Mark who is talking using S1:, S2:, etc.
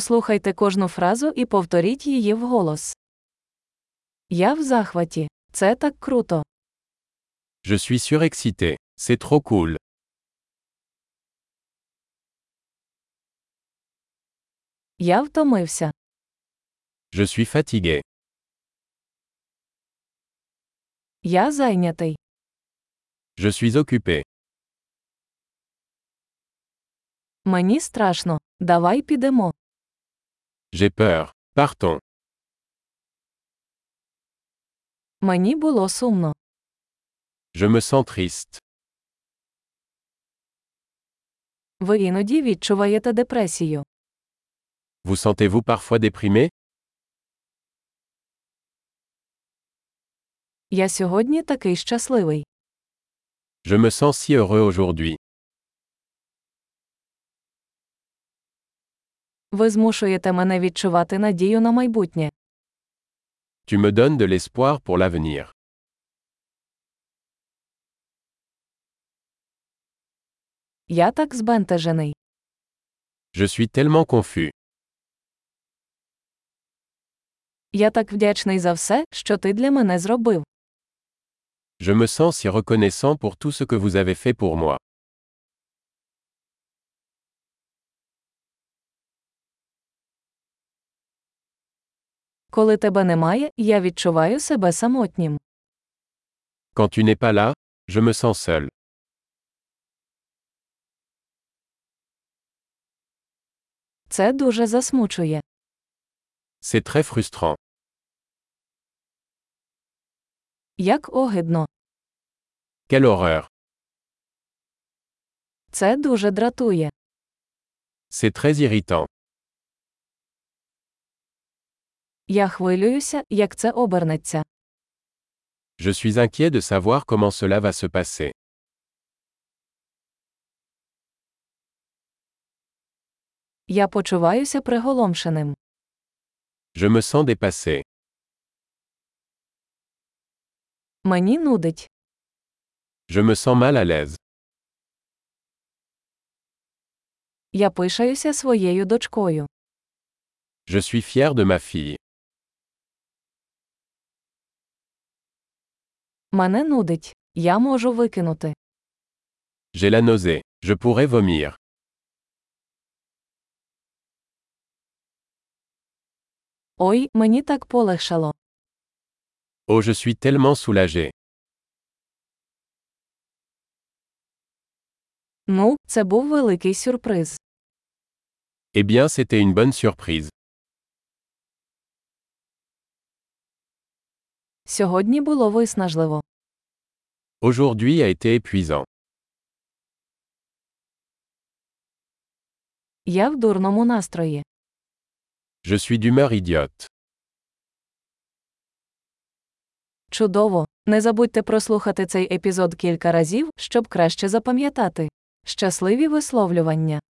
S1: Послухайте кожну фразу і повторіть її вголос. Я в захваті. Це так круто.
S2: Je suis surexcité. C'est trop cool.
S1: Я втомився.
S2: Je suis fatigué.
S1: Я зайнятий.
S2: Je suis occupé.
S1: Мені страшно. Давай підемо.
S2: J'ai peur. Partons.
S1: Мені було сумно.
S2: Je me sens triste.
S1: Ви іноді відчуваєте депресію.
S2: Vous sentez-vous parfois déprimé
S1: Я сьогодні такий щасливий.
S2: Je me sens si heureux aujourd'hui.
S1: Ви змушуєте мене відчувати надію на майбутнє.
S2: Tu me donnes de l'espoir pour l'avenir.
S1: Я так збентежений.
S2: Je suis tellement confus.
S1: Я так вдячний за все, що ти для мене зробив.
S2: Je me sens si reconnaissant pour tout ce que vous avez fait pour moi.
S1: Коли тебе немає, я відчуваю себе самотнім.
S2: Quand tu n'es pas là, je me sens seul.
S1: Це дуже засмучує.
S2: C'est très frustrant.
S1: Як огидно.
S2: Quelle horreur.
S1: Це дуже дратує.
S2: C'est très irritant.
S1: Я хвилююся, як це обернеться.
S2: Je suis inquiet de savoir comment cela va se passer.
S1: Я почуваюся приголомшеним.
S2: Je me sens dépassé.
S1: Мені нудить.
S2: Je me sens mal à l'aise.
S1: Я пишаюся своєю дочкою.
S2: Je suis fier de ma fille.
S1: Мене нудить. Я можу викинути.
S2: J'ai la nausée. Je pourrais vomir.
S1: Ой, мені так полегшало.
S2: Oh, je suis tellement soulagé.
S1: Ну, це був великий сюрприз.
S2: Eh bien, c'était une bonne surprise.
S1: Сьогодні було виснажливо.
S2: Aujourd'hui a été épuisant.
S1: Я в дурному настрої.
S2: Je suis d'humeur idiote.
S1: Чудово! Не забудьте прослухати цей епізод кілька разів, щоб краще запам'ятати. Щасливі висловлювання!